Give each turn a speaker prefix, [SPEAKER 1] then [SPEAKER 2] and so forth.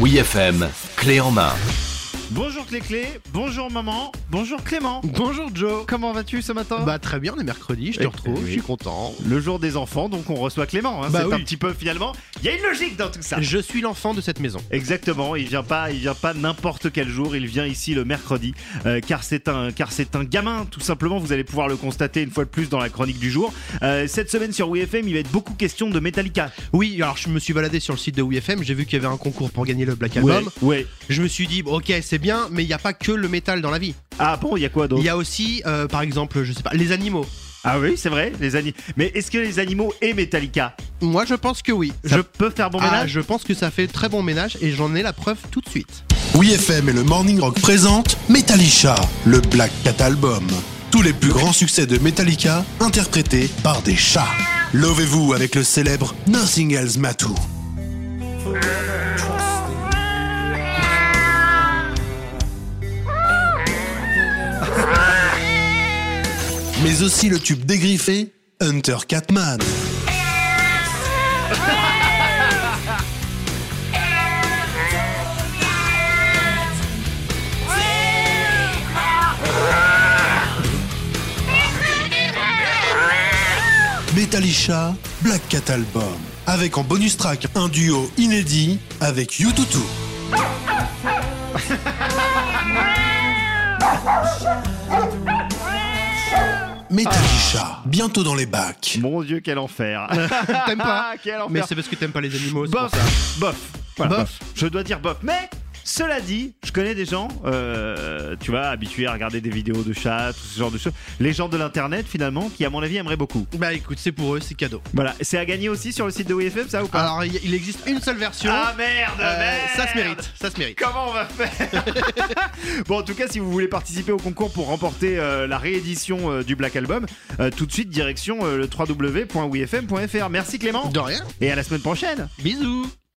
[SPEAKER 1] Oui FM, clé en main.
[SPEAKER 2] Bonjour Clé-Clé, bonjour maman, bonjour Clément.
[SPEAKER 3] Bonjour Joe.
[SPEAKER 2] Comment vas-tu ce matin
[SPEAKER 3] Bah très bien, on est mercredi, je te
[SPEAKER 2] Eh,
[SPEAKER 3] retrouve,
[SPEAKER 2] oui.
[SPEAKER 3] je suis content.
[SPEAKER 2] Le jour des enfants, donc on reçoit Clément. hein,
[SPEAKER 3] Bah
[SPEAKER 2] c'est un
[SPEAKER 3] oui.
[SPEAKER 2] petit peu finalement. Il y a une logique dans tout ça.
[SPEAKER 3] Je suis l'enfant de cette maison.
[SPEAKER 2] Exactement, il vient pas, il vient pas n'importe quel jour, il vient ici le mercredi, euh, car c'est un, car c'est un gamin, tout simplement. Vous allez pouvoir le constater une fois de plus dans la chronique du jour. Euh, cette semaine sur WeFM, il va être beaucoup question de Metallica.
[SPEAKER 3] Oui, alors je me suis baladé sur le site de WFM, j'ai vu qu'il y avait un concours pour gagner le Black Album.
[SPEAKER 2] ouais.
[SPEAKER 3] Je me suis dit, bon, ok, c'est bien, mais il n'y a pas que le métal dans la vie.
[SPEAKER 2] Ah bon, il y a quoi
[SPEAKER 3] Il
[SPEAKER 2] d'autre
[SPEAKER 3] y a aussi, euh, par exemple, je sais pas, les animaux.
[SPEAKER 2] Ah oui, c'est vrai, les animaux. Mais est-ce que les animaux et Metallica,
[SPEAKER 3] Moi, je pense que oui.
[SPEAKER 2] je
[SPEAKER 3] je...
[SPEAKER 2] peux faire bon
[SPEAKER 3] Ah,
[SPEAKER 2] ménage
[SPEAKER 3] je pense que ça fait très bon ménage et j'en ai la preuve tout de suite.
[SPEAKER 4] Oui FM et le Morning Rock présentent Metallica, le Black Cat Album. Tous les plus grands succès de Metallica interprétés par des chats. Lovez-vous avec le célèbre Nothing Else Matter. Mais aussi le tube dégriffé Hunter Catman. Metallica Black Cat Album. Avec en bonus track un duo inédit avec U22. Metallica, bientôt dans les bacs.
[SPEAKER 2] Mon Dieu, quel enfer
[SPEAKER 3] T'aimes pas
[SPEAKER 2] Ah, quel enfer
[SPEAKER 3] Mais c'est parce que t'aimes pas les animaux. c'est
[SPEAKER 2] Bof,
[SPEAKER 3] pour ça.
[SPEAKER 2] bof, Voilà,
[SPEAKER 3] Bof.
[SPEAKER 2] bof. Je dois dire bof. Mais cela dit, je connais des gens, euh, tu vois, habitués à regarder des vidéos de chats, tout ce genre de choses. Les gens de l'internet, finalement, qui à mon avis aimeraient beaucoup.
[SPEAKER 3] Bah écoute, c'est pour eux, c'est cadeau.
[SPEAKER 2] Voilà, c'est à gagner aussi sur le site de WFM, ça ou pas
[SPEAKER 3] Alors, il y- il existe une seule version.
[SPEAKER 2] Ah merde,
[SPEAKER 3] Ah, Euh,
[SPEAKER 2] merde
[SPEAKER 3] ça se mérite, ça se mérite.
[SPEAKER 2] Comment on va faire Bon, en tout cas, si vous voulez participer au concours pour remporter euh, la réédition euh, du Black Album, euh, tout de suite direction euh, le www.wifm.fr. Merci Clément
[SPEAKER 3] De rien.
[SPEAKER 2] et à la semaine prochaine.
[SPEAKER 3] Bisous.